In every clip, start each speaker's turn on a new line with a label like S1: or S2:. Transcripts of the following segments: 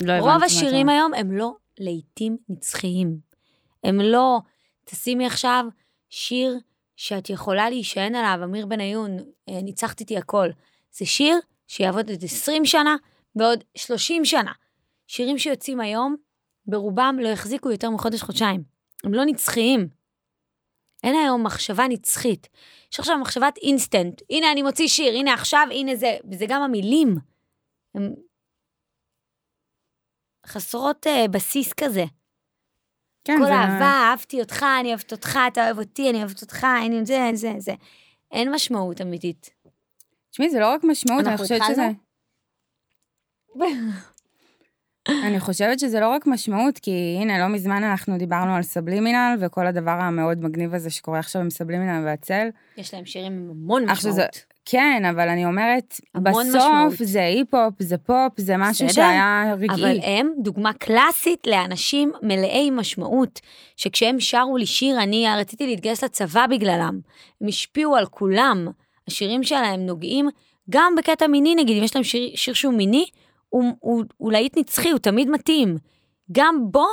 S1: לא הבנתי
S2: רוב
S1: מה
S2: השירים
S1: אתה
S2: היום הם לא לעיתים נצחיים. הם לא, תשימי עכשיו שיר שאת יכולה להישען עליו, אמיר בניון, אה, ניצחת איתי הכל. זה שיר שיעבוד עוד 20 שנה ועוד 30 שנה. שירים שיוצאים היום, ברובם לא יחזיקו יותר מחודש-חודשיים. הם לא נצחיים. אין היום מחשבה נצחית. יש עכשיו מחשבת אינסטנט. הנה, אני מוציא שיר, הנה עכשיו, הנה זה. וזה גם המילים. הם חסרות אה, בסיס כזה.
S1: כן,
S2: כל
S1: זה-
S2: אהבה, אהבתי אותך, אני אוהבת אותך, אתה אוהב אותי, אני אוהבת אותך, אין לי זה, אין זה, אין זה. אין משמעות אמיתית.
S1: תשמעי, זה לא רק משמעות, אני
S2: אנחנו
S1: חושבת שזה...
S2: התחלנו?
S1: אני חושבת שזה לא רק משמעות, כי הנה, לא מזמן אנחנו דיברנו על סבלימינל, וכל הדבר המאוד מגניב הזה שקורה עכשיו עם סבלימינל והצל.
S2: יש להם שירים עם המון
S1: עכשיו זה-
S2: משמעות.
S1: כן, אבל אני אומרת,
S2: המון
S1: בסוף
S2: משמעות.
S1: זה אי-פופ, זה פופ, זה משהו
S2: בסדר,
S1: שהיה
S2: אבל
S1: רגעי.
S2: הם דוגמה קלאסית לאנשים מלאי משמעות, שכשהם שרו לי שיר, אני רציתי להתגייס לצבא בגללם. הם השפיעו על כולם. השירים שלהם נוגעים גם בקטע מיני, נגיד, אם יש להם שיר, שיר שהוא מיני, הוא, הוא, הוא להיט נצחי, הוא תמיד מתאים. גם בו,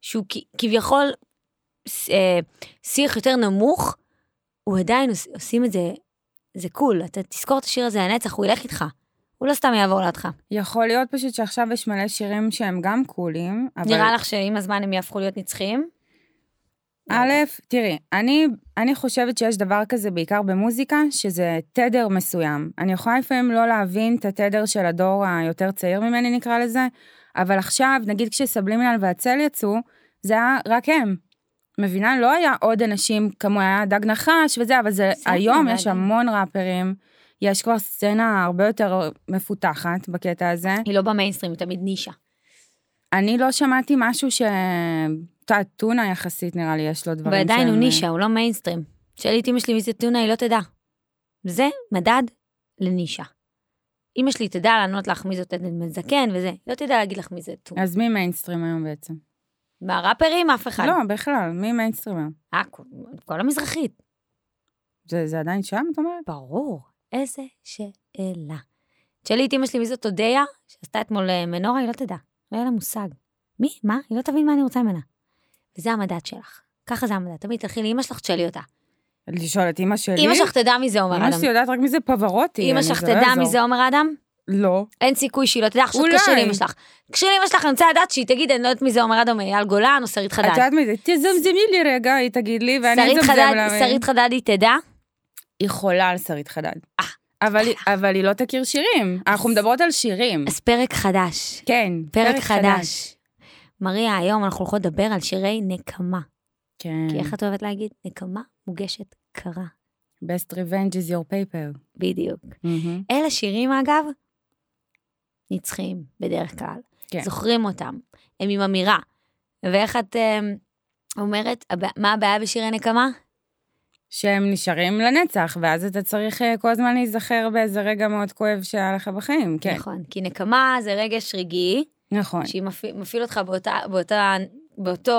S2: שהוא כ- כביכול ס- אה, שיח יותר נמוך, הוא עדיין עוש- עושים את זה, זה קול. אתה תזכור את השיר הזה לנצח, הוא ילך איתך. הוא לא סתם יעבור לידך.
S1: יכול להיות פשוט שעכשיו יש מלא שירים שהם גם קולים, אבל...
S2: נראה לך שעם הזמן הם יהפכו להיות נצחיים?
S1: א', תראי, אני, אני חושבת שיש דבר כזה בעיקר במוזיקה, שזה תדר מסוים. אני יכולה לפעמים לא להבין את התדר של הדור היותר צעיר ממני, נקרא לזה, אבל עכשיו, נגיד כשסבלימינל והצל יצאו, זה היה רק הם. מבינה? לא היה עוד אנשים כמוה, היה דג נחש וזה, אבל זה,
S2: בסדר,
S1: היום
S2: אבל-
S1: יש המון ראפרים, יש כבר סצנה הרבה יותר מפותחת בקטע הזה.
S2: היא לא במיינסטרים, היא תמיד נישה.
S1: אני לא שמעתי משהו ש... את יודעת, טונה יחסית, נראה לי, יש לו דברים
S2: אבל עדיין הוא
S1: שהם- אה,
S2: נישה, הוא לא מיינסטרים. שאלי את אמא שלי מי זה טונה, היא לא תדע. זה מדד לנישה. אמא שלי תדע לענות לך מי זאת עדן בן זקן וזה, היא לא תדע להגיד לך מי זה טונה.
S1: אז מי מיינסטרים היום בעצם?
S2: מהראפרים אף אחד.
S1: לא, בכלל, מי מיינסטרים היום?
S2: אה, כל- כל המזרחית.
S1: זה, זה עדיין שם, את אומרת?
S2: ברור, איזה שאלה. שאלי את אמא שלי מי זאת אודיה, שעשתה אתמול אה, מנורה, היא לא תדע. לא יהיה לה מושג. מי? מה? היא לא תבין מה אני רוצה ממנה. וזה המדד שלך. ככה זה המדד. תמיד תלכי לאמא שלך, תשאלי אותה.
S1: לשאול את אימא שלי?
S2: אמא שלך תדע מי זה עומר
S1: אימא
S2: אדם.
S1: שלי יודעת רק מי זה פברוטי.
S2: אמא
S1: אני-
S2: שלך
S1: לא
S2: תדע
S1: יעזור.
S2: מי זה עומר אדם?
S1: לא.
S2: אין סיכוי שהיא לא תדע. עכשיו
S1: אולי.
S2: תקשרי לאמא שלך. תקשרי לאמא שלך, אני רוצה לדעת שהיא תגיד, אני לא יודעת מי זה עומר אדם, אייל גולן או שרית
S1: את
S2: חדד.
S1: יודעת מי זה? תזמזמי לי רגע, היא תגיד לי, ואני
S2: שרית
S1: אזמזם
S2: חדד,
S1: לה.
S2: שרית חדד היא תדע?
S1: היא חולה על שרית חדד.
S2: אה.
S1: אבל היא- אבל היא לא תכיר שירים. אנחנו מדברות על שירים.
S2: אז פרק חדש.
S1: כן,
S2: פרק חדש. מריה, היום אנחנו הולכות לדבר על שירי נקמה.
S1: כן.
S2: כי איך את אוהבת להגיד? נקמה מוגשת קרה.
S1: Best revenge is your paper.
S2: בדיוק.
S1: מהמם.
S2: אלה שירים, אגב, נצחיים בדרך כלל.
S1: כן.
S2: זוכרים אותם, הם עם אמירה. ואיך את אמ, אומרת, "הבע- מה הבעיה בשירי נקמה?
S1: שהם נשארים לנצח, ואז אתה צריך אה, כל הזמן להיזכר באיזה רגע מאוד כואב שהיה לך בחיים, כן.
S2: נכון, כי נקמה זה רגש רגעי,
S1: נכון.
S2: שהיא מפעיל, מפעיל אותך באותה, באותה, באותו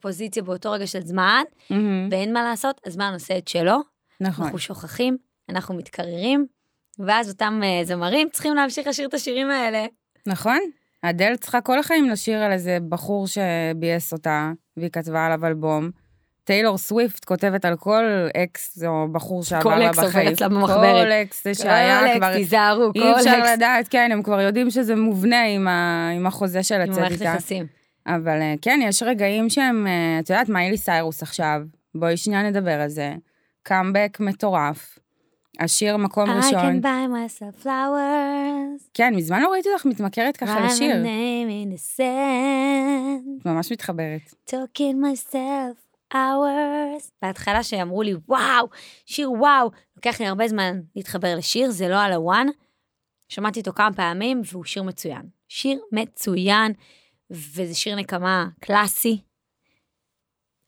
S2: פוזיציה, באותו רגע של זמן,
S1: מהמם.
S2: ואין מה לעשות, הזמן עושה את שלו,
S1: Mm-hmm. נכון.
S2: אנחנו שוכחים, אנחנו מתקררים, ואז אותם אה, זמרים צריכים להמשיך לשיר את השירים האלה.
S1: נכון. אדל צריכה כל החיים לשיר על איזה בחור שביאס אותה, והיא כתבה עליו אלבום. טיילור סוויפט כותבת על כל אקס או בחור שעבר
S2: כל
S1: לה
S2: אקס עובר
S1: בחיים.
S2: אצלה במחברת.
S1: כל אקס זה שהיה כבר...
S2: תיזהרו,
S1: אי
S2: כל
S1: אפשר
S2: אקס,
S1: לדעת, כן, הם כבר יודעים שזה מובנה עם, ה... עם החוזה של
S2: עם
S1: לצאת
S2: מערכת
S1: איתה.
S2: יחסים.
S1: אבל אה, כן, יש רגעים שהם, אה, את יודעת, מיילי סיירוס עכשיו, בואי שנייה נדבר על זה. קאמבק מטורף. השיר מקום
S2: I
S1: ראשון.
S2: can buy myself flowers.
S1: כן, מזמן לא ראיתי אותך מתמכרת ככה
S2: write my
S1: לשיר.
S2: name in the sand,
S1: את ממש מתחברת.
S2: talking myself hours. בהתחלה שאמרו לי, וואו, שיר וואו, לוקח לי הרבה זמן להתחבר לשיר, זה לא על הוואן. שמעתי אותו כמה פעמים, והוא שיר מצוין. שיר מצוין, וזה שיר נקמה קלאסי.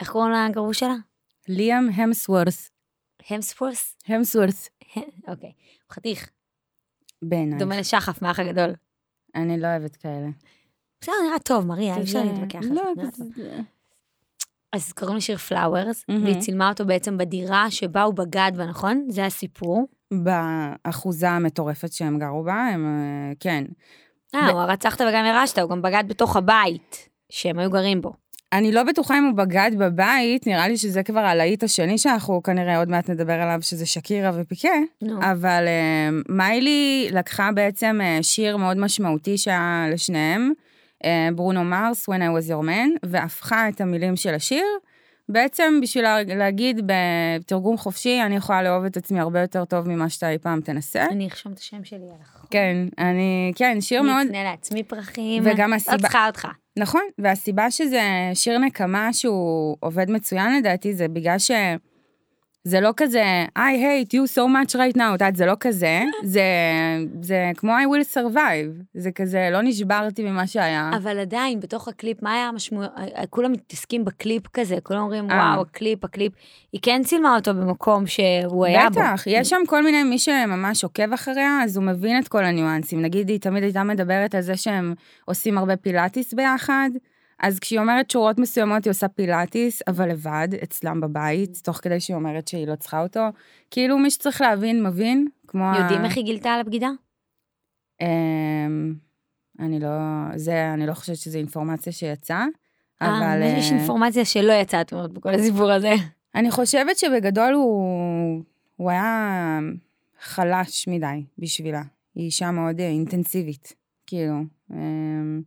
S2: איך קוראים לה הגרוש שלה?
S1: ליאם המסוורס.
S2: המספורס?
S1: המסוורס.
S2: אוקיי, הוא חתיך,
S1: בעיניי.
S2: דומה לשחף מהאח הגדול.
S1: אני לא אוהבת כאלה.
S2: בסדר, נראה טוב, מריה, אי אפשר להתווכח על זה.
S1: לא,
S2: נראה טוב.
S1: זה-
S2: אז קוראים לשיר פלאוורס,
S1: מהמם.
S2: והיא צילמה אותו בעצם בדירה שבה הוא בגד בה, נכון? זה הסיפור.
S1: באחוזה המטורפת שהם גרו בה, הם... אה, כן.
S2: אה, הוא הרצחת וגם ירשת, הוא גם בגד בתוך הבית שהם היו גרים בו.
S1: אני לא בטוחה אם הוא בגד בבית, נראה לי שזה כבר הלהיט השני שאנחנו כנראה עוד מעט נדבר עליו, שזה שקירה ופיקה,
S2: נו.
S1: אבל אה, מיילי לקחה בעצם אה, שיר מאוד משמעותי שהיה לשניהם, אה, ברונו מרס, When I was your man, והפכה את המילים של השיר, בעצם בשביל לה- להגיד בתרגום חופשי, אני יכולה לאהוב את עצמי הרבה יותר טוב ממה שאתה אי פעם תנסה.
S2: אני ארשום את השם שלי על החוק.
S1: כן, אני, כן, שיר
S2: אני
S1: מאוד...
S2: אקנה לעצמי פרחים.
S1: וגם
S2: לא
S1: הסיבה-
S2: צריכה אותך.
S1: נכון, והסיבה שזה שיר נקמה שהוא עובד מצוין לדעתי, זה בגלל ש... זה לא כזה, I hate you so much right now, את יודעת, זה לא כזה, זה, זה כמו I will survive, זה כזה, לא נשברתי ממה שהיה.
S2: אבל עדיין, בתוך הקליפ, מה היה המשמעות? כולם מתעסקים בקליפ כזה, כולם אומרים,
S1: אה.
S2: וואו, הקליפ, הקליפ. היא כן צילמה אותו במקום שהוא היה בו.
S1: בטח, יש שם כל מיני, מי שממש עוקב אחריה, אז הוא מבין את כל הניואנסים. נגיד, היא תמיד הייתה מדברת על זה שהם עושים הרבה פילאטיס ביחד, אז כשהיא אומרת שורות מסוימות, היא עושה פילאטיס, אבל לבד, אצלם בבית, תוך כדי שהיא אומרת שהיא לא צריכה אותו. כאילו, מי שצריך להבין, מבין, כמו... ה-
S2: יודעים איך היא גילתה על הבגידה?
S1: אמ, אני לא... זה, אני לא חושבת שזו אינפורמציה שיצאה, אבל...
S2: אבל... יש
S1: אה,
S2: אינפורמציה שלא יצאה, את אומרת, בכל הסיפור הזה.
S1: אני חושבת שבגדול הוא, הוא היה חלש מדי בשבילה. היא אישה מאוד אה, אינטנסיבית, כאילו. אמ,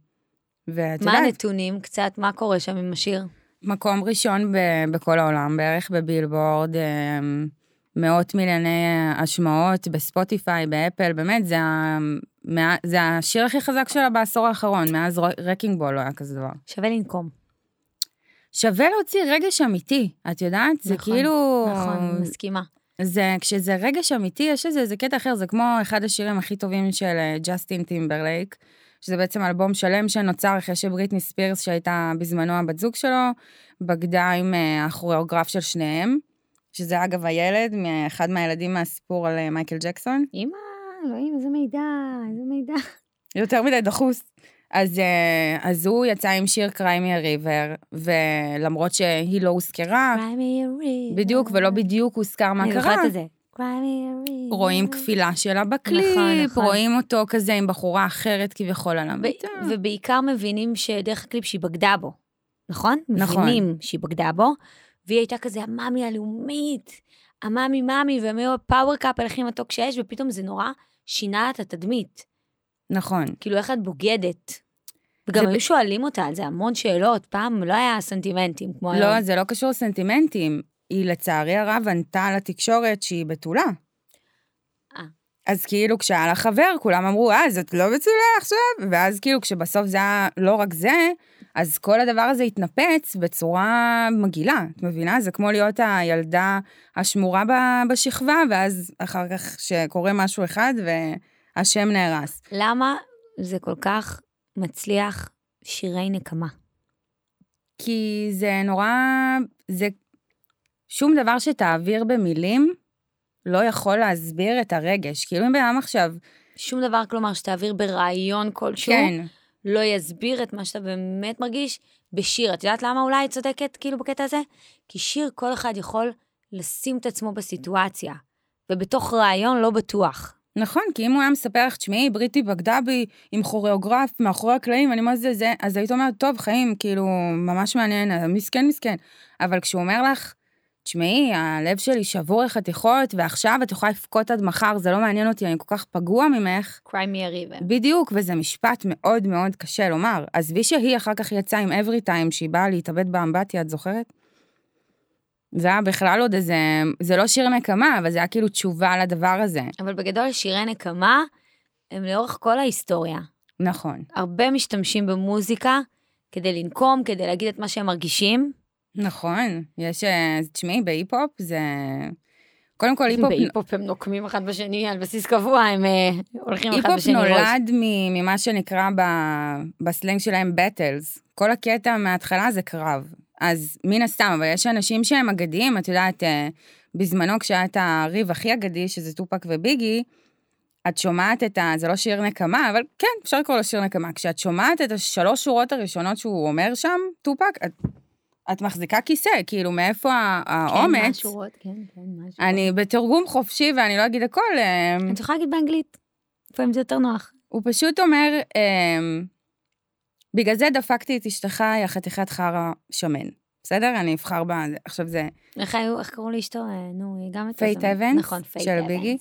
S1: ואת
S2: מה
S1: יודעת,
S2: הנתונים? קצת, מה קורה שם עם השיר?
S1: מקום ראשון ב, בכל העולם, בערך בבילבורד, אמ, מאות מיליוני אה, השמעות, בספוטיפיי, באפל, באמת, זה, ה, מה, זה השיר הכי חזק שלה בעשור האחרון, מאז רקינג בול לא היה כזה דבר.
S2: שווה לנקום.
S1: שווה להוציא רגש אמיתי, את יודעת? זה
S2: נכון,
S1: כאילו...
S2: נכון, מסכימה.
S1: זה, כשזה רגש אמיתי, יש איזה, זה קטע אחר, זה כמו אחד השירים הכי טובים של אה, ג'סטין טימברלייק, שזה בעצם אלבום שלם שנוצר אחרי שבריטני ספירס, שהייתה בזמנו הבת זוג שלו, בגדה עם אה, הכוריאוגרף של שניהם, שזה אגב הילד, מ- אחד מהילדים מהסיפור על אה, מייקל ג'קסון,
S2: אמא, אלוהים, איזה מידע, איזה מידע.
S1: יותר מדי דחוס. אז, אה, אז הוא יצא עם שיר קריימי הריבר, ולמרות שהיא לא הוזכרה,
S2: Cry me a river.
S1: בדיוק ולא בדיוק הוזכר מה
S2: אני
S1: קרה.
S2: זוכרת את זה. Cry me a river.
S1: רואים כפילה שלה בקליפ,
S2: נכון,
S1: נכון,
S2: נכון.
S1: נכון. רואים אותו כזה עם בחורה אחרת כביכול על המיטה.
S2: ו- ובעיקר מבינים שדרך הקליפ שהיא בגדה בו, נכון?
S1: נכון.
S2: מבינים שהיא בגדה בו, והיא הייתה כזה המאמי הלאומית, המאמי מאמי, והם היו הפאוור קאפל הכי מתוק שיש, ופתאום זה נורא שינה לה את התדמית.
S1: נכון.
S2: כאילו, איך את בוגדת? וגם
S1: זה
S2: היו
S1: ב-
S2: שואלים אותה על זה המון שאלות, פעם לא היה סנטימנטים כמו
S1: לא,
S2: היום.
S1: זה לא קשור לסנטימנטים. היא לצערי הרב ענתה לתקשורת שהיא בתולה.
S2: אה.
S1: אז כאילו כשהיה לה חבר, כולם אמרו, אה, זאת לא בתולה עכשיו? ואז כאילו כשבסוף זה היה לא רק זה, אז כל הדבר הזה התנפץ בצורה מגעילה, את מבינה? זה כמו להיות הילדה השמורה ב- בשכבה, ואז אחר כך שקורה משהו אחד והשם נהרס.
S2: למה זה כל כך מצליח שירי נקמה?
S1: כי זה נורא... זה... שום דבר שתעביר במילים לא יכול להסביר את הרגש. כאילו אם בן אדם עכשיו...
S2: שום דבר, כלומר, שתעביר ברעיון כלשהו.
S1: כן,
S2: לא יסביר את מה שאתה באמת מרגיש בשיר. את יודעת למה אולי את צודקת כאילו בקטע הזה? כי שיר כל אחד יכול לשים את עצמו בסיטואציה, ובתוך רעיון לא בטוח.
S1: נכון, כי אם הוא היה מספר לך, תשמעי, בריטי בגדה בי עם כוריאוגרף מאחורי הקלעים, אני מה זה זה, אז היית אומרת, טוב, חיים, כאילו, ממש מעניין, אה, מסכן, מסכן. אבל כשהוא אומר לך, תשמעי, הלב שלי שבור לחתיכות, ועכשיו את יכולה לבכות עד מחר, זה לא מעניין אותי, אני כל כך פגוע ממך,
S2: Cry me a river.
S1: בדיוק, וזה משפט מאוד מאוד קשה לומר. עזבי שהיא אחר כך יצאה עם אברי טיים, שהיא באה להתאבד באמבטיה, את זוכרת? זה היה בכלל עוד איזה, זה לא שיר נקמה, אבל זה היה כאילו תשובה לדבר הזה.
S2: אבל בגדול שירי נקמה הם לאורך כל ההיסטוריה.
S1: נכון,
S2: הרבה משתמשים במוזיקה כדי לנקום, כדי להגיד את מה שהם מרגישים.
S1: נכון. יש, אה, תשמעי, בהיפ-הופ זה... קודם כל, היפ-הופ
S2: בהיפ-הופ הם נוקמים אחד בשני על בסיס קבוע, הם אה, הולכים אחד
S1: היפ-הופ
S2: בשני ראש.
S1: נולד מ- ממה שנקרא ב- בסלנג שלהם בטלס. כל הקטע מההתחלה זה קרב. אז מן הסתם, אבל יש אנשים שהם אגדיים, את יודעת, אה, בזמנו כשהיה את הריב הכי אגדי, שזה טופק וביגי, את שומעת את ה... זה לא שיר נקמה, אבל כן, אפשר לקרוא לו שיר נקמה. כשאת שומעת את השלוש שורות הראשונות שהוא אומר שם, טופק, את, את מחזיקה כיסא, כאילו, מאיפה ה- האומץ?
S2: כן, מה השורות, כן, כן, מה השורות.
S1: אני בתרגום חופשי ואני לא אגיד הכל. אה,
S2: את יכולה להגיד באנגלית. לפעמים זה יותר נוח.
S1: הוא פשוט אומר, אמ, בגלל זה דפקתי את אשתך, יא חתיכת חרא שמן. בסדר? אני אבחר ב... עכשיו זה...
S2: איך היו, איך קראו לאשתו? אה, נו, היא גם...
S1: פייט
S2: התפרסמה.
S1: אבנס?
S2: נכון, פייט
S1: של
S2: אבנס.
S1: ביגי?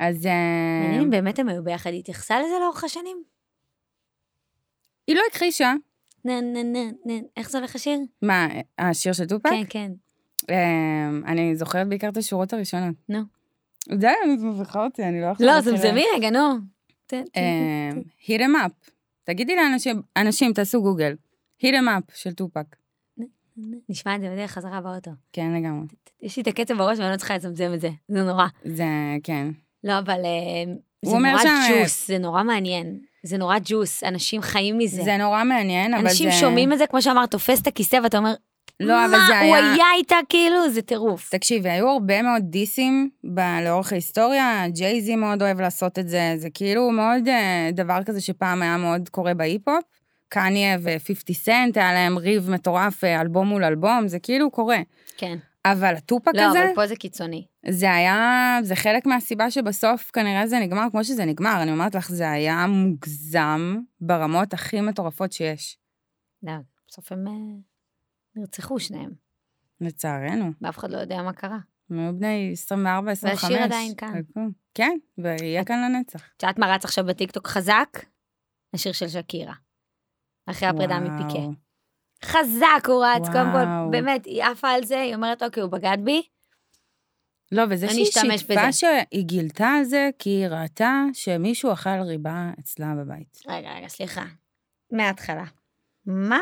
S1: אז... אמ,
S2: מעניין אם באמת הם היו ביחד, היא התייחסה לזה לאורך השנים?
S1: היא לא הכחישה.
S2: נה, נה, נה, נה, איך זה הולך השיר?
S1: מה, השיר של טופק?
S2: כן, כן.
S1: אמ, אני זוכרת בעיקר את השורות הראשונות.
S2: נו.
S1: די, אני מביכה אותי, אני לא יכולה...
S2: לא,
S1: לשיר.
S2: זמזמי רגע, נו. ת- ת-
S1: אמ, hit em up. תגידי לאנשים, אנשים, תעשו גוגל. hit em up של טופק.
S2: נשמע את זה בדרך חזרה באוטו.
S1: כן, לגמרי.
S2: יש לי את הקצב בראש ואני לא צריכה לזמזם את זה, זה נורא.
S1: זה, כן.
S2: לא, אבל אה,
S1: הוא
S2: זה
S1: אומר
S2: נורא
S1: שם, אה,
S2: ג'וס, זה נורא מעניין. זה נורא ג'וס, אנשים חיים מזה.
S1: זה נורא מעניין, אבל זה...
S2: אנשים שומעים את זה, כמו שאמרת, תופס את הכיסא ואתה אומר,
S1: לא, אבל זה
S2: מה,
S1: היה...
S2: הוא היה איתה כאילו, זה טירוף.
S1: תקשיבי, היו הרבה מאוד דיסים ב- לאורך ההיסטוריה, ג'ייזי מאוד אוהב לעשות את זה, זה כאילו מאוד אה, דבר כזה שפעם היה מאוד קורה בהיפ-הופ. קניה ו-50 סנט, היה להם ריב מטורף, אה, אלבום מול אלבום, זה כאילו קורה.
S2: כן.
S1: אבל הטופק
S2: לא,
S1: הזה,
S2: אבל פה זה קיצוני.
S1: זה היה, זה חלק מהסיבה שבסוף כנראה זה נגמר כמו שזה נגמר. אני אומרת לך, זה היה מוגזם ברמות הכי מטורפות שיש,
S2: לא, בסוף הם אה, נרצחו שניהם,
S1: לצערנו.
S2: ואף אחד לא יודע מה קרה.
S1: הם היו בני 24, 25.
S2: והשיר עדיין כאן.
S1: כן, ויהיה כאן לנצח.
S2: את יודעת מה רץ עכשיו בטיקטוק חזק? השיר של שקירה. אחרי הפרידה מפיקה.
S1: וואו.
S2: חזק הוא רץ, קודם
S1: וואו.
S2: כל, באמת, היא עפה על זה, היא אומרת, אוקיי, הוא בגד בי.
S1: לא, וזה
S2: אני
S1: שהיא
S2: אשתמש
S1: שיתפה
S2: בזה.
S1: שהיא גילתה על זה, כי היא ראתה שמישהו אכל ריבה אצלה בבית.
S2: רגע, רגע, סליחה. מההתחלה. מה?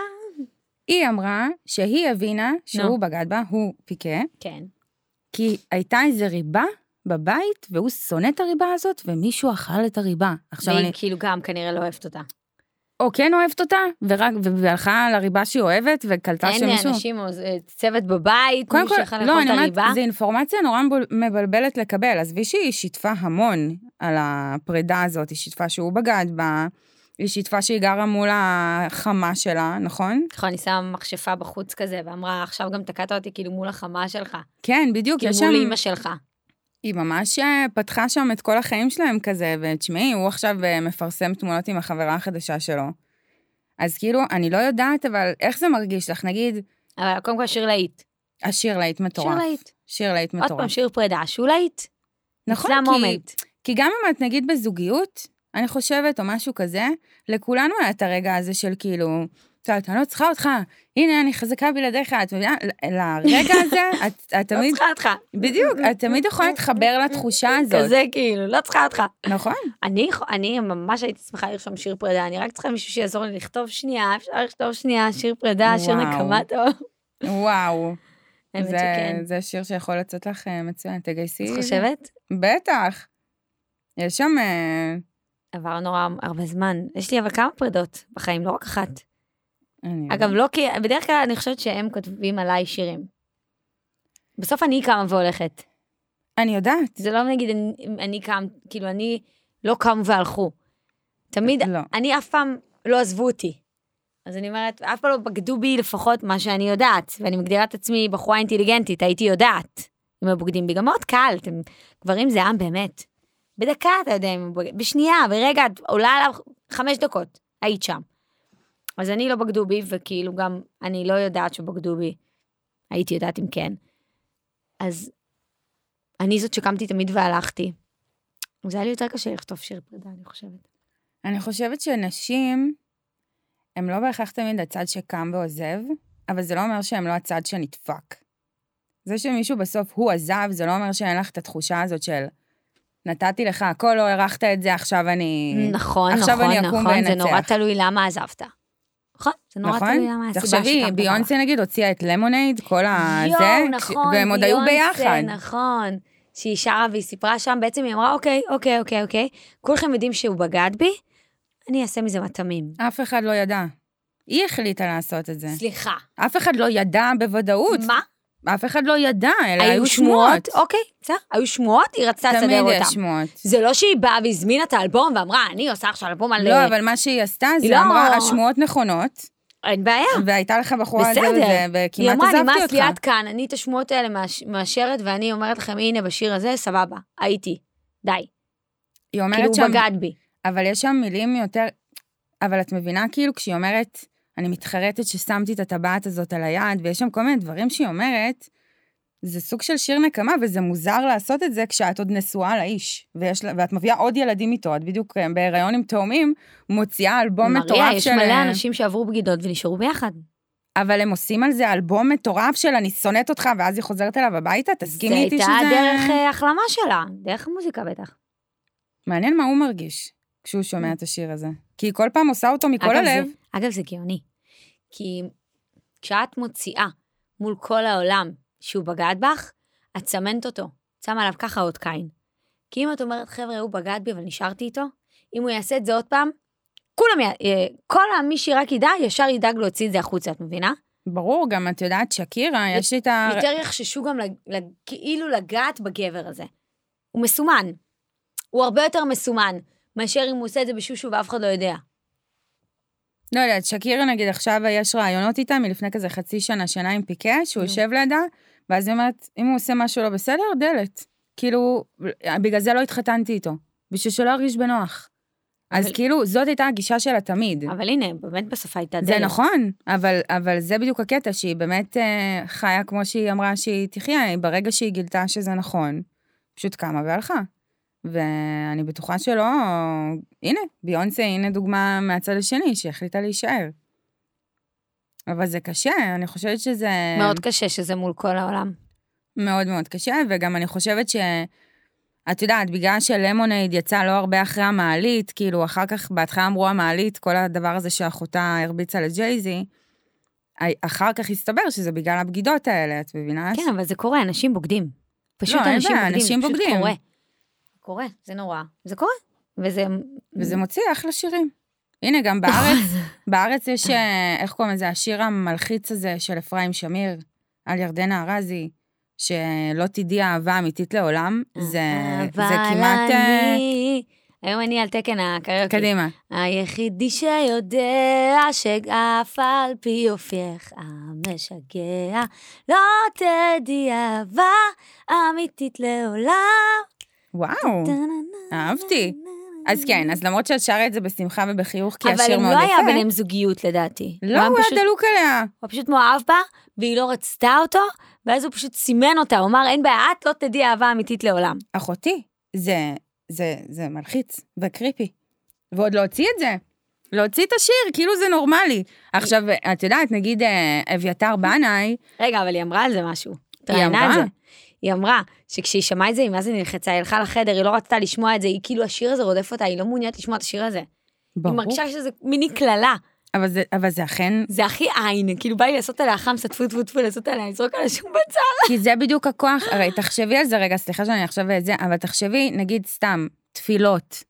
S1: היא אמרה שהיא הבינה שהוא בגד בה, הוא פיקה,
S2: כן.
S1: כי הייתה איזה ריבה בבית, והוא שונא את הריבה הזאת, ומישהו אכל את הריבה. עכשיו
S2: והיא
S1: אני
S2: כאילו גם כנראה לא אוהבת אותה.
S1: או כן אוהבת אותה, ורק, והלכה על הריבה שהיא אוהבת, וקלטה
S2: אין
S1: שמישהו...
S2: לאנשים או אה, צוות בבית,
S1: קודם
S2: מישהו
S1: כל,
S2: שיכול
S1: לא,
S2: לאכול
S1: אני
S2: את
S1: אומרת,
S2: הריבה.
S1: זו אינפורמציה נורא מבול- מבלבלת לקבל. עזבי שהיא שיתפה המון על הפרידה הזאת, היא שיתפה שהוא בגד בה, היא שיתפה שהיא גרה מול החמה שלה, נכון?
S2: נכון, היא שמה מכשפה בחוץ כזה, ואמרה, עכשיו גם תקעת אותי כאילו מול החמה שלך.
S1: כן, בדיוק,
S2: כאילו
S1: יש שם...
S2: מול אימא שלך.
S1: היא ממש אה, פתחה שם את כל החיים שלהם כזה, ותשמעי, הוא עכשיו אה, מפרסם תמונות עם החברה החדשה שלו. אז כאילו, אני לא יודעת, אבל איך זה מרגיש לך? נגיד,
S2: אבל קודם כל שיר להיט.
S1: השיר להיט מטורף.
S2: שיר להיט.
S1: שיר להיט
S2: עוד פעם,
S1: מטורף.
S2: שיר פרידה, שהוא להיט.
S1: נכון,
S2: זה
S1: כי
S2: המומנט.
S1: כי גם אם את נגיד בזוגיות, אני חושבת, או משהו כזה, לכולנו היה את הרגע הזה של כאילו, את יודעת, אני לא צריכה אותך, הנה, אני חזקה בלעדיך, את מבינה? ל- לרגע הזה, את, את
S2: לא
S1: תמיד,
S2: צריכה אותך.
S1: בדיוק, את תמיד יכולה להתחבר לתחושה הזאת,
S2: כזה כאילו, לא צריכה אותך.
S1: נכון?
S2: אני, יכול- אני ממש הייתי שמחה לרשום שיר פרידה, אני רק צריכה מישהו שיעזור לי לכתוב שנייה, אפשר לכתוב שנייה, שיר פרידה, שיר
S1: וואו.
S2: נקמה טוב.
S1: וואו,
S2: האמת
S1: זה,
S2: שכן.
S1: זה שיר שיכול לצאת לך אה, מצוין, תגייסי.
S2: את חושבת?
S1: בטח. יש שם, אה,
S2: עבר נורא הרבה זמן. יש לי אבל כמה פרידות בחיים, לא רק אחת.
S1: אני...
S2: אגב, לא כי... בדרך כלל אני חושבת שהם כותבים עליי שירים. בסוף אני קמה והולכת.
S1: אני יודעת.
S2: זה לא נגיד אני, אני קם, כאילו אני לא קמו והלכו. תמיד,
S1: לא.
S2: אני אף פעם לא עזבו אותי. אז אני אומרת, אף פעם לא בגדו בי לפחות מה שאני יודעת, ואני מגדירה את עצמי בחורה אינטליגנטית, הייתי יודעת. אם היו בוגדים בי, גם מאוד קל, אתם, גברים זה עם באמת. בדקה אתה יודע אם הם בוגדים, בשנייה, ברגע, את עולה עליו חמש דקות, היית שם. אז אני לא בגדו בי, וכאילו גם אני לא יודעת שבגדו בי. הייתי יודעת אם כן. אז אני זאת שקמתי תמיד והלכתי. זה היה לי יותר קשה לכתוב שיר פרידה, אני חושבת.
S1: אני חושבת שנשים, הם לא בהכרח תמיד הצד שקם ועוזב, אבל זה לא אומר שהם לא הצד שנדפק. זה שמישהו בסוף הוא עזב, זה לא אומר שאין לך את התחושה הזאת של נתתי לך הכל, לא הארכת את זה, עכשיו אני...
S2: נכון,
S1: עכשיו
S2: נכון,
S1: אני אקום
S2: נכון, זה
S1: ואנצח.
S2: נורא תלוי למה עזבת. נכון, זה נורא תלוי למה הסיבה
S1: תחשבי,
S2: שקמת
S1: ביונסה נגיד הוציאה את למונייד, כל ה...
S2: והלכת.
S1: זה,
S2: יואו,
S1: כש-
S2: נכון,
S1: והם עוד היו
S2: ביונסה,
S1: ביחד.
S2: נכון. שהיא שרה והיא סיפרה שם, בעצם היא אמרה, אוקיי, אוקיי, אוקיי, אוקיי, כולכם יודעים שהוא בגד בי, אני אעשה מזה מטעמים.
S1: אף אחד לא ידע. היא החליטה לעשות את זה.
S2: סליחה,
S1: אף אחד לא ידע בוודאות.
S2: מה?
S1: אף אחד לא ידע, אלא
S2: היו שמועות? אוקיי, בסדר, היו שמועות, היא רצתה לסדר
S1: תמיד יש
S2: אותם.
S1: שמועות.
S2: זה לא שהיא באה והזמינה את האלבום ואמרה, אני עושה עכשיו אלבום על... אה,
S1: לא, אבל מה שהיא עשתה,
S2: לא.
S1: זה אמרה, השמועות נכונות,
S2: אין בעיה.
S1: והייתה לך בחורה על זה וזה,
S2: בסדר. היא
S1: וכמעט
S2: אמרה,
S1: עזבתי
S2: נמאס לי עד
S1: אותך.
S2: כאן, אני את השמועות האלה מאש- מאשרת, ואני אומרת לכם, הנה, בשיר הזה, סבבה, הייתי. די.
S1: היא
S2: כאילו,
S1: אומרת
S2: הוא
S1: שם,
S2: בגד בי.
S1: אבל יש שם מילים יותר... אבל את מבינה כאילו כשהיא אומרת, אני מתחרטת ששמתי את הטבעת הזאת על היד, ויש שם כל מיני דברים שהיא אומרת, זה סוג של שיר נקמה, וזה מוזר לעשות את זה כשאת עוד נשואה לאיש, ויש, לה- ואת מביאה עוד ילדים איתו, את בדיוק אה, בהיריון עם תאומים, מוציאה אלבום מטורף
S2: מריה, יש
S1: של... אה,
S2: מלא אנשים שעברו בגידות ונשארו ביחד.
S1: אבל הם עושים על זה אלבום מטורף של אני שונאת אותך, ואז היא חוזרת אליו הביתה,
S2: זה
S1: תסכימי איתי
S2: הייתה
S1: שזה...
S2: דרך אה, החלמה שלה, דרך המוזיקה בטח.
S1: מעניין מה הוא מרגיש כשהוא שומע את השיר הזה. כי היא כל פעם עושה אותו מכל
S2: אגב, זה-
S1: הלב.
S2: אגב, זה גאוני. כי כשאת מוציאה מול כל העולם שהוא בגד בך, את צמנת אותו, שמה עליו ככה עוד קין. כי אם את אומרת, חבר'ה, הוא בגד בי אבל נשארתי איתו, אם הוא יעשה את זה עוד פעם, כולם, י- אה, כל מי שרק ידע, ישר ידאג להוציא את זה החוצה, את מבינה?
S1: ברור, גם את יודעת, שקירה, יש לי את ה...
S2: יותר יחששו גם לג- לג- כאילו לגעת בגבר הזה. הוא מסומן. הוא הרבה יותר מסומן, מאשר אם הוא עושה את זה בשושו ואף אחד לא יודע.
S1: לא יודעת, שקירה נגיד עכשיו יש רעיונות איתה מלפני כזה חצי שנה, שנה עם פיקה, שהוא
S2: נו.
S1: יושב לידה, ואז היא אומרת, אם הוא עושה משהו לא בסדר, דלת. כאילו, בגלל זה לא התחתנתי איתו, בשביל שלא ארגיש בנוח. אז
S2: אבל-
S1: כאילו, זאת הייתה הגישה שלה תמיד.
S2: אבל הנה, באמת בשפה הייתה
S1: כן. זה
S2: דלת.
S1: נכון, אבל, אבל זה בדיוק הקטע, שהיא באמת אה, חיה כמו שהיא אמרה שהיא תחיה, היא ברגע שהיא גילתה שזה נכון, פשוט קמה והלכה. ואני בטוחה שלא, הנה, ביונסה, הנה דוגמה מהצד השני, שהחליטה להישאר. אבל זה קשה, אני חושבת שזה...
S2: מאוד
S1: אמ,
S2: קשה שזה מול כל העולם.
S1: מאוד מאוד קשה, וגם אני חושבת ש... את יודעת, בגלל שלמונייד יצא לא הרבה אחרי המעלית, כאילו אחר כך, בהתחלה אמרו המעלית, כל הדבר הזה שאחותה הרביצה לג'ייזי, ה- אחר כך הסתבר שזה בגלל הבגידות האלה, את מבינה?
S2: כן, אבל זה קורה, אנשים בוגדים. פשוט
S1: לא, אין
S2: אנשים
S1: בעיה,
S2: בוגדים,
S1: אנשים
S2: זה פשוט
S1: בוגדים.
S2: קורה. קורה, זה נורא. זה קורה. וזה...
S1: וזה מוציא אחלה שירים. הנה, גם בארץ, בארץ יש, אה, איך קוראים לזה, השיר המלחיץ הזה של אפרים שמיר, על ירדנה ארזי, שלא תדעי אהבה אמיתית לעולם,
S2: אה,
S1: זה, זה
S2: אבל
S1: כמעט... אה,
S2: אני- היום אני על תקן הקריוקי.
S1: קדימה.
S2: היחידי שיודע שאף על פי יופייך המשגע, לא תדעי אהבה אמיתית לעולם.
S1: וואו. אהבתי. אז כן, אז למרות שאת שרה את זה בשמחה ובחיוך, כי
S2: אבל
S1: השיר
S2: הם
S1: מאוד
S2: לא
S1: יפה.
S2: היה ביניהם זוגיות לדעתי.
S1: לא,
S2: הם
S1: הוא
S2: פשוט-
S1: היה דלוק עליה.
S2: הוא פשוט מאוהב בה, והיא לא רצתה אותו, ואז הוא פשוט סימן אותה, הוא אמר, אין בעיה, את לא תדעי אהבה אמיתית לעולם.
S1: אחותי, זה, זה, זה מלחיץ וקריפי. ועוד להוציא את זה. להוציא את השיר, כאילו זה נורמלי. עכשיו, את יודעת, נגיד אה, אביתר בנאי,
S2: רגע, אבל היא אמרה על זה משהו.
S1: היא
S2: התראיינה על
S1: אמרה?
S2: זה. היא אמרה שכשהיא שמעה את זה, היא מה זה נלחצה, היא הלכה לחדר, היא לא רצתה לשמוע את זה, היא כאילו, השיר הזה רודף אותה, היא לא מעוניינת לשמוע את השיר הזה. היא
S1: ברור,
S2: מרגישה שזה מיני קללה.
S1: אבל זה- אבל זה אכן,
S2: זה הכי עין, כאילו בא לי לעשות עליה חמסה, טפו טפו טפו, לעשות עליה, לזרוק עליה שום בצד.
S1: כי זה בדיוק הכוח, הרי תחשבי על זה רגע, סליחה שאני עכשיו את זה, אבל תחשבי, נגיד סתם, תפילות.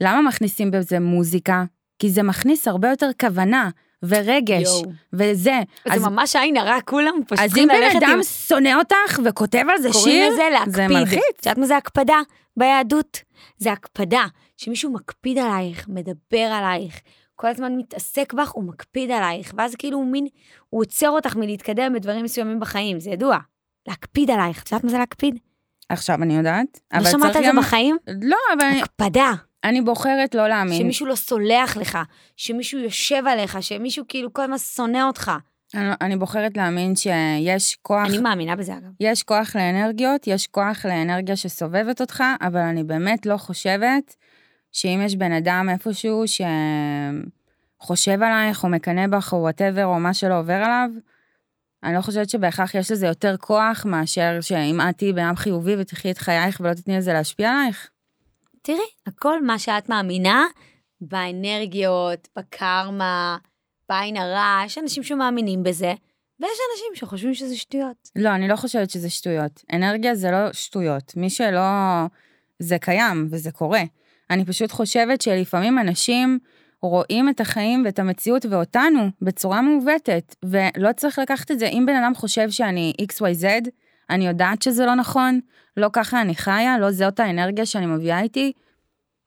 S1: למה מכניסים בזה מוזיקה? כי זה מכניס הרבה יותר כוונה, ורגש,
S2: יואו.
S1: וזה. אז
S2: זה ממש עין הרע, כולם פשוט
S1: אז אם
S2: צריכים
S1: בן
S2: ללכת עם...
S1: אדם שונא אותך וכותב על זה
S2: קוראים
S1: שיר,
S2: לזה להקפיד.
S1: זה מלחיץ.
S2: את יודעת מה זה הקפדה ביהדות? זה הקפדה, שמישהו מקפיד עלייך, מדבר עלייך, כל הזמן מתעסק בך, הוא מקפיד עלייך, ואז כאילו הוא מין, הוא עוצר אותך מלהתקדם בדברים מסוימים בחיים, זה ידוע. להקפיד עלייך, את יודעת מה זה להקפיד?
S1: עכשיו אני יודעת,
S2: לא
S1: אבל
S2: שמעת
S1: צריך
S2: על זה
S1: גם...
S2: בחיים?
S1: לא, אבל אני-
S2: הקפדה,
S1: אני בוחרת לא להאמין.
S2: שמישהו לא סולח לך, שמישהו יושב עליך, שמישהו כאילו כל הזמן שונא אותך.
S1: אני לא- אני בוחרת להאמין שיש כוח,
S2: אני מאמינה בזה אגב.
S1: יש כוח לאנרגיות, יש כוח לאנרגיה שסובבת אותך, אבל אני באמת לא חושבת שאם יש בן אדם איפשהו שחושב עלייך, או מקנא בך, או וואטאבר, או מה שלא עובר עליו, אני לא חושבת שבהכרח יש לזה יותר כוח מאשר שאם את תהיי בן אדם חיובי ותחי את חייך ולא תתני לזה להשפיע עלייך.
S2: תראי, הכל מה שאת מאמינה, באנרגיות, בקרמה, בעין הרע, יש אנשים שמאמינים בזה, ויש אנשים שחושבים שזה שטויות.
S1: לא, אני לא חושבת שזה שטויות. אנרגיה זה לא שטויות. מי שלא... זה קיים וזה קורה. אני פשוט חושבת שלפעמים אנשים רואים את החיים ואת המציאות ואותנו בצורה מעוותת, ולא צריך לקחת את זה. אם בן אדם חושב שאני XYZ, אני יודעת שזה לא נכון, לא ככה אני חיה, לא זאת האנרגיה שאני מביאה איתי,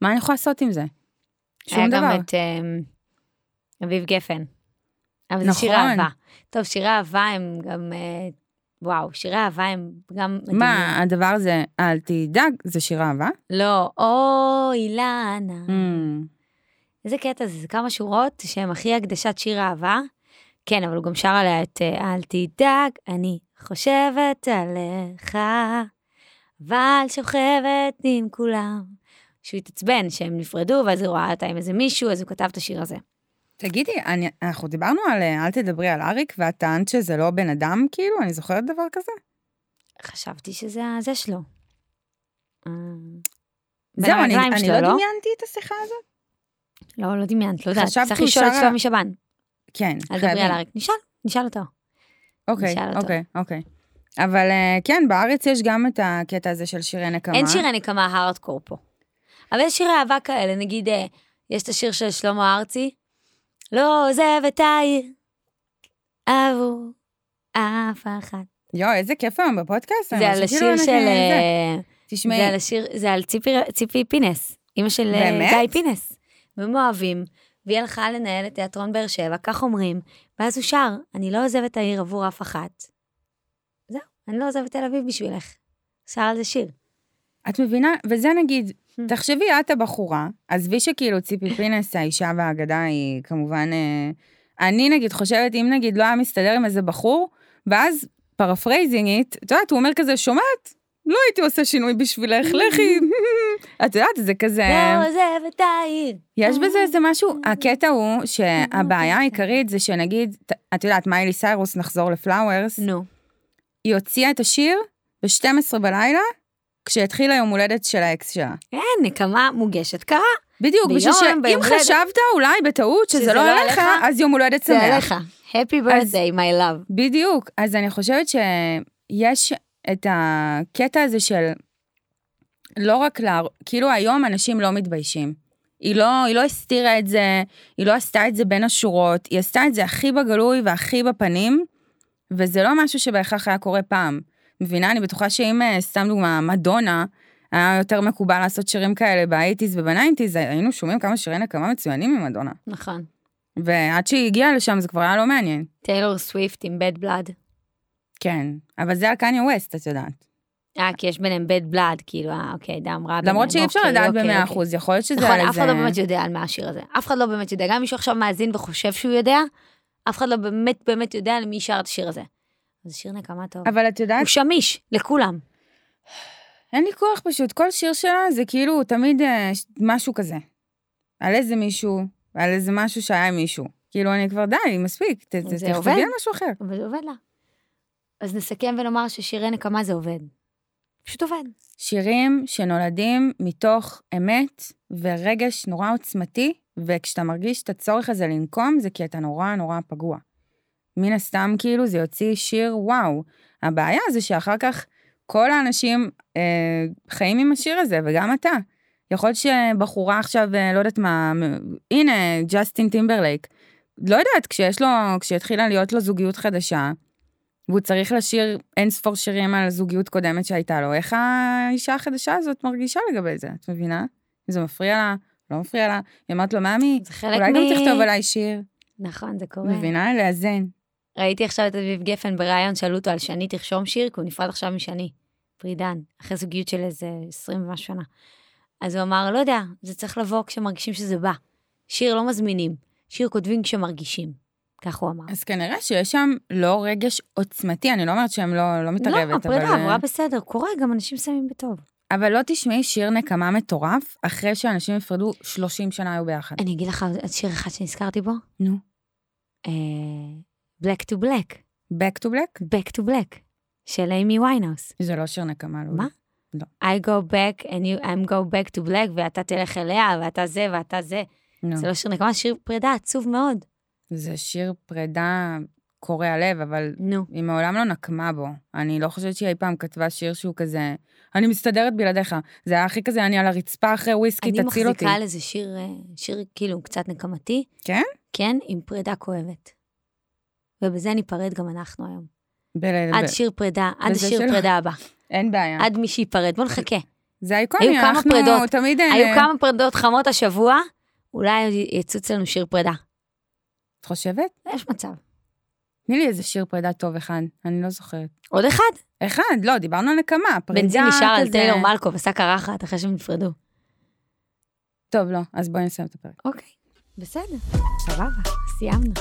S1: מה אני יכולה לעשות עם זה? שום דבר.
S2: היה גם את אמ, אביב גפן. אבל זה
S1: נכון.
S2: שירי אהבה. טוב, שירי אהבה הם גם אה, וואו, שירי אהבה הם גם מדהימים.
S1: מה, הדבר הזה, אל תדאג, זה שיר אהבה?
S2: לא, אוי, אילנה.
S1: Mm.
S2: איזה קטע זה, זה כמה שורות שהם הכי הקדשת שיר אהבה. כן, אבל הוא גם שר עליה את אה, אל תדאג, אני חושבת עליך, אבל שוכבת עם כולם. שהוא התעצבן שהם נפרדו, ואז היא רואה אותה עם איזה מישהו, אז הוא כתב את השיר הזה.
S1: תגידי, אני, אנחנו דיברנו על אה, אל תדברי על אריק, ואת טענת שזה לא בן אדם, כאילו? אני זוכרת דבר כזה?
S2: חשבתי שזה הזה שלו. אה, בין
S1: זהו, אני,
S2: הרגליים
S1: אני
S2: שלו,
S1: לא
S2: לא?
S1: דמיינתי את השיחה הזאת.
S2: לא, לא דמיינת, לא יודעת.
S1: חשבתי
S2: צריך
S1: הוא
S2: לשאול את
S1: שר על-
S2: שלומי שבן,
S1: כן,
S2: אל
S1: חייבים.
S2: תדברי על אריק. נשאל, נשאל אותו.
S1: אוקיי,
S2: נשאל אותו.
S1: אוקיי, אוקיי. אבל אה, כן, בארץ יש גם את הקטע הזה של שירי נקמה.
S2: אין שירי נקמה הארדקור פה. אבל יש שירי אהבה כאלה, נגיד, אה, יש את השיר של שלמה ארצי, לא עוזב את העיר, עבור אף אחת.
S1: יואו, איזה כיף היום בפודקאסט.
S2: זה
S1: אני
S2: על
S1: חושבת
S2: השיר
S1: כאילו אני-
S2: של...
S1: זה.
S2: אה,
S1: תשמעי,
S2: זה על השיר, זה על ציפי, ציפי פינס, אימא של אה,
S1: באמת?
S2: גיא פינס. והם אוהבים, והיא הלכה לנהל את תיאטרון באר שבע, כך אומרים, ואז הוא שר, אני לא עוזב את העיר עבור אף אחת. זהו, אני לא עוזב את תל אביב בשבילך. שר על זה שיר.
S1: את מבינה? וזה נגיד,
S2: Hmm.
S1: תחשבי, את הבחורה, עזבי שכאילו ציפי פינס, האישה והאגדה, היא כמובן... אה, אני נגיד חושבת, אם נגיד לא היה מסתדר עם איזה בחור, ואז פרפרייזינגית, את יודעת, הוא אומר כזה, שומעת? לא הייתי עושה שינוי בשבילך, לכי. את יודעת, זה כזה...
S2: לא עוזב את העיר.
S1: יש בזה איזה משהו,
S2: אה.
S1: הקטע הוא שהבעיה העיקרית זה שנגיד, ת- את יודעת, מיילי סיירוס, נחזור לפלאוורס,
S2: נו,
S1: היא הוציאה את השיר ב-12 בלילה, כשהתחיל היום הולדת של האקס שלה.
S2: אין, אה, נקמה מוגשת קרה.
S1: בדיוק,
S2: ביום,
S1: בשביל שאם
S2: ביום הולדת.
S1: חשבת אולי בטעות שזה
S2: שזה
S1: לא
S2: לא
S1: עליך,
S2: עליך,
S1: אז יום הולדת
S2: זה
S1: שמח.
S2: עליך. Happy birthday, my love.
S1: בדיוק, אז אני חושבת שיש את הקטע הזה של לא רק להר... כאילו היום אנשים לא מתביישים. היא לא, היא לא הסתירה את זה, היא לא עשתה את זה בין השורות, היא עשתה את זה הכי בגלוי והכי בפנים, וזה לא משהו שבהכרח היה קורה פעם. מבינה? אני בטוחה שאם, אה, סתם דוגמה, מדונה, היה יותר מקובל לעשות שירים כאלה באייטיז ובניינטיז, היינו שומעים כמה שירי נקמה מצוינים ממדונה.
S2: נכון.
S1: ועד שהיא הגיעה לשם זה כבר היה לא מעניין.
S2: טיילור סוויפט עם בד בלאד.
S1: כן, אבל זה על קניה ווסט, את יודעת.
S2: אה, כי יש ביניהם בד בלאד, כאילו, אה, אוקיי, דם רע. ביניהם,
S1: למרות שאי אפשר
S2: אוקיי,
S1: לדעת
S2: אוקיי,
S1: במאה
S2: אוקיי.
S1: אחוז, יכול להיות שזה על
S2: נכון,
S1: איזה...
S2: אף אחד לא באמת יודע על מה השיר הזה. אף אחד לא באמת יודע. גם אם מישהו עכשיו מאזין וחושב שהוא יודע, אף אחד לא באמת באמת יודע למי שר את השיר הזה. אז זה שיר נקמה טוב.
S1: אבל את יודעת,
S2: הוא שמיש, לכולם.
S1: אין לי כוח פשוט, כל שיר שלה זה כאילו תמיד אה, ש- משהו כזה. על איזה מישהו, על איזה משהו שהיה עם מישהו. כאילו, אני כבר די, מספיק, ת- ת-
S2: זה
S1: תכתבי
S2: עובד.
S1: על משהו אחר.
S2: אבל זה עובד לה. אז נסכם ונאמר ששירי נקמה זה עובד. פשוט עובד.
S1: שירים שנולדים מתוך אמת ורגש נורא עוצמתי, וכשאתה מרגיש את הצורך הזה לנקום, זה כי אתה נורא נורא פגוע. מן הסתם, כאילו, זה יוציא שיר וואו. הבעיה זה שאחר כך כל האנשים אה, חיים עם השיר הזה, וגם אתה. יכול להיות שבחורה עכשיו, אה, לא יודעת מה, מ- הנה, ג'סטין טימברלייק. לא יודעת, כשיש לו, כשהתחילה להיות לו זוגיות חדשה, והוא צריך לשיר אין ספור שירים על זוגיות קודמת שהייתה לו, איך האישה החדשה הזאת מרגישה לגבי זה, את מבינה? אם זה מפריע לה, לא מפריע לה, היא אמרת לו, מאמי,
S2: זה חלק
S1: אולי
S2: מ...
S1: גם תכתוב עליי שיר,
S2: נכון, זה קורה.
S1: מבינה? לאזן.
S2: ראיתי עכשיו את אביב גפן בריאיון, שאלו אותו על שני תרשום שיר, כי הוא נפרד עכשיו משני, פרידן, אחרי זוגיות של איזה 20 ומשהו שנה. אז הוא אמר, לא יודע, זה צריך לבוא כשמרגישים שזה בא. שיר לא מזמינים, שיר כותבים כשמרגישים. כך הוא אמר.
S1: אז כנראה שיש שם לא רגש עוצמתי, אני לא אומרת שהם לא, לא מתערבת,
S2: לא,
S1: אבל... אה,
S2: הפרידה עברה בסדר, קורה, גם אנשים שמים בטוב.
S1: אבל לא תשמעי שיר נקמה מטורף, אחרי שאנשים נפרדו 30 שנה היו ביחד.
S2: אני אגיד לך עוד שיר אחד שנזכרתי בו, אה,
S1: נו.
S2: בלק טו בלק,
S1: Back to black?
S2: בק טו בלק, של אימי ויינהאוס.
S1: זה לא שיר נקמה, לא.
S2: מה?
S1: לא.
S2: I go back and you, I'm go back to black, ואתה תלך אליה, ואתה זה, ואתה זה.
S1: נו.
S2: זה לא שיר נקמה, שיר פרידה עצוב מאוד.
S1: זה שיר פרידה קורע לב, אבל
S2: נו.
S1: היא מעולם לא נקמה בו. אני לא חושבת שהיא אי פעם כתבה שיר שהוא כזה, אני מסתדרת בלעדיך. זה היה הכי כזה, אני על הרצפה אחרי וויסקי,
S2: אני
S1: תציל אותי.
S2: מחזיקה על איזה שיר, אה, שיר כאילו קצת נקמתי.
S1: כן?
S2: כן, עם פרידה כואבת. ובזה ניפרד גם אנחנו היום.
S1: בל-
S2: עד
S1: בל-
S2: שיר פרידה, עד
S1: וזה
S2: השיר
S1: שלך. כן.
S2: פרידה הבא.
S1: אין בעיה.
S2: עד מי שייפרד. בוא נחכה.
S1: זה
S2: היו
S1: איקוני,
S2: כמה
S1: אנחנו
S2: פרידות.
S1: תמיד... אה,
S2: היו כמה פרידות חמות השבוע, אולי יצוץ לנו שיר פרידה.
S1: את חושבת?
S2: יש מצב.
S1: תני לי איזה שיר פרידה טוב אחד, אני לא זוכרת.
S2: עוד אחד.
S1: אחד, לא, דיברנו על נקמה, פרידה
S2: בנזין נשאר על
S1: כזה.
S2: טיילור מלקוב, עשה קרחת אחרי שהם נפרדו.
S1: טוב, לא, אז בואי נסיים את הפרק.
S2: אוקיי, בסדר, סבבה, סיימנו.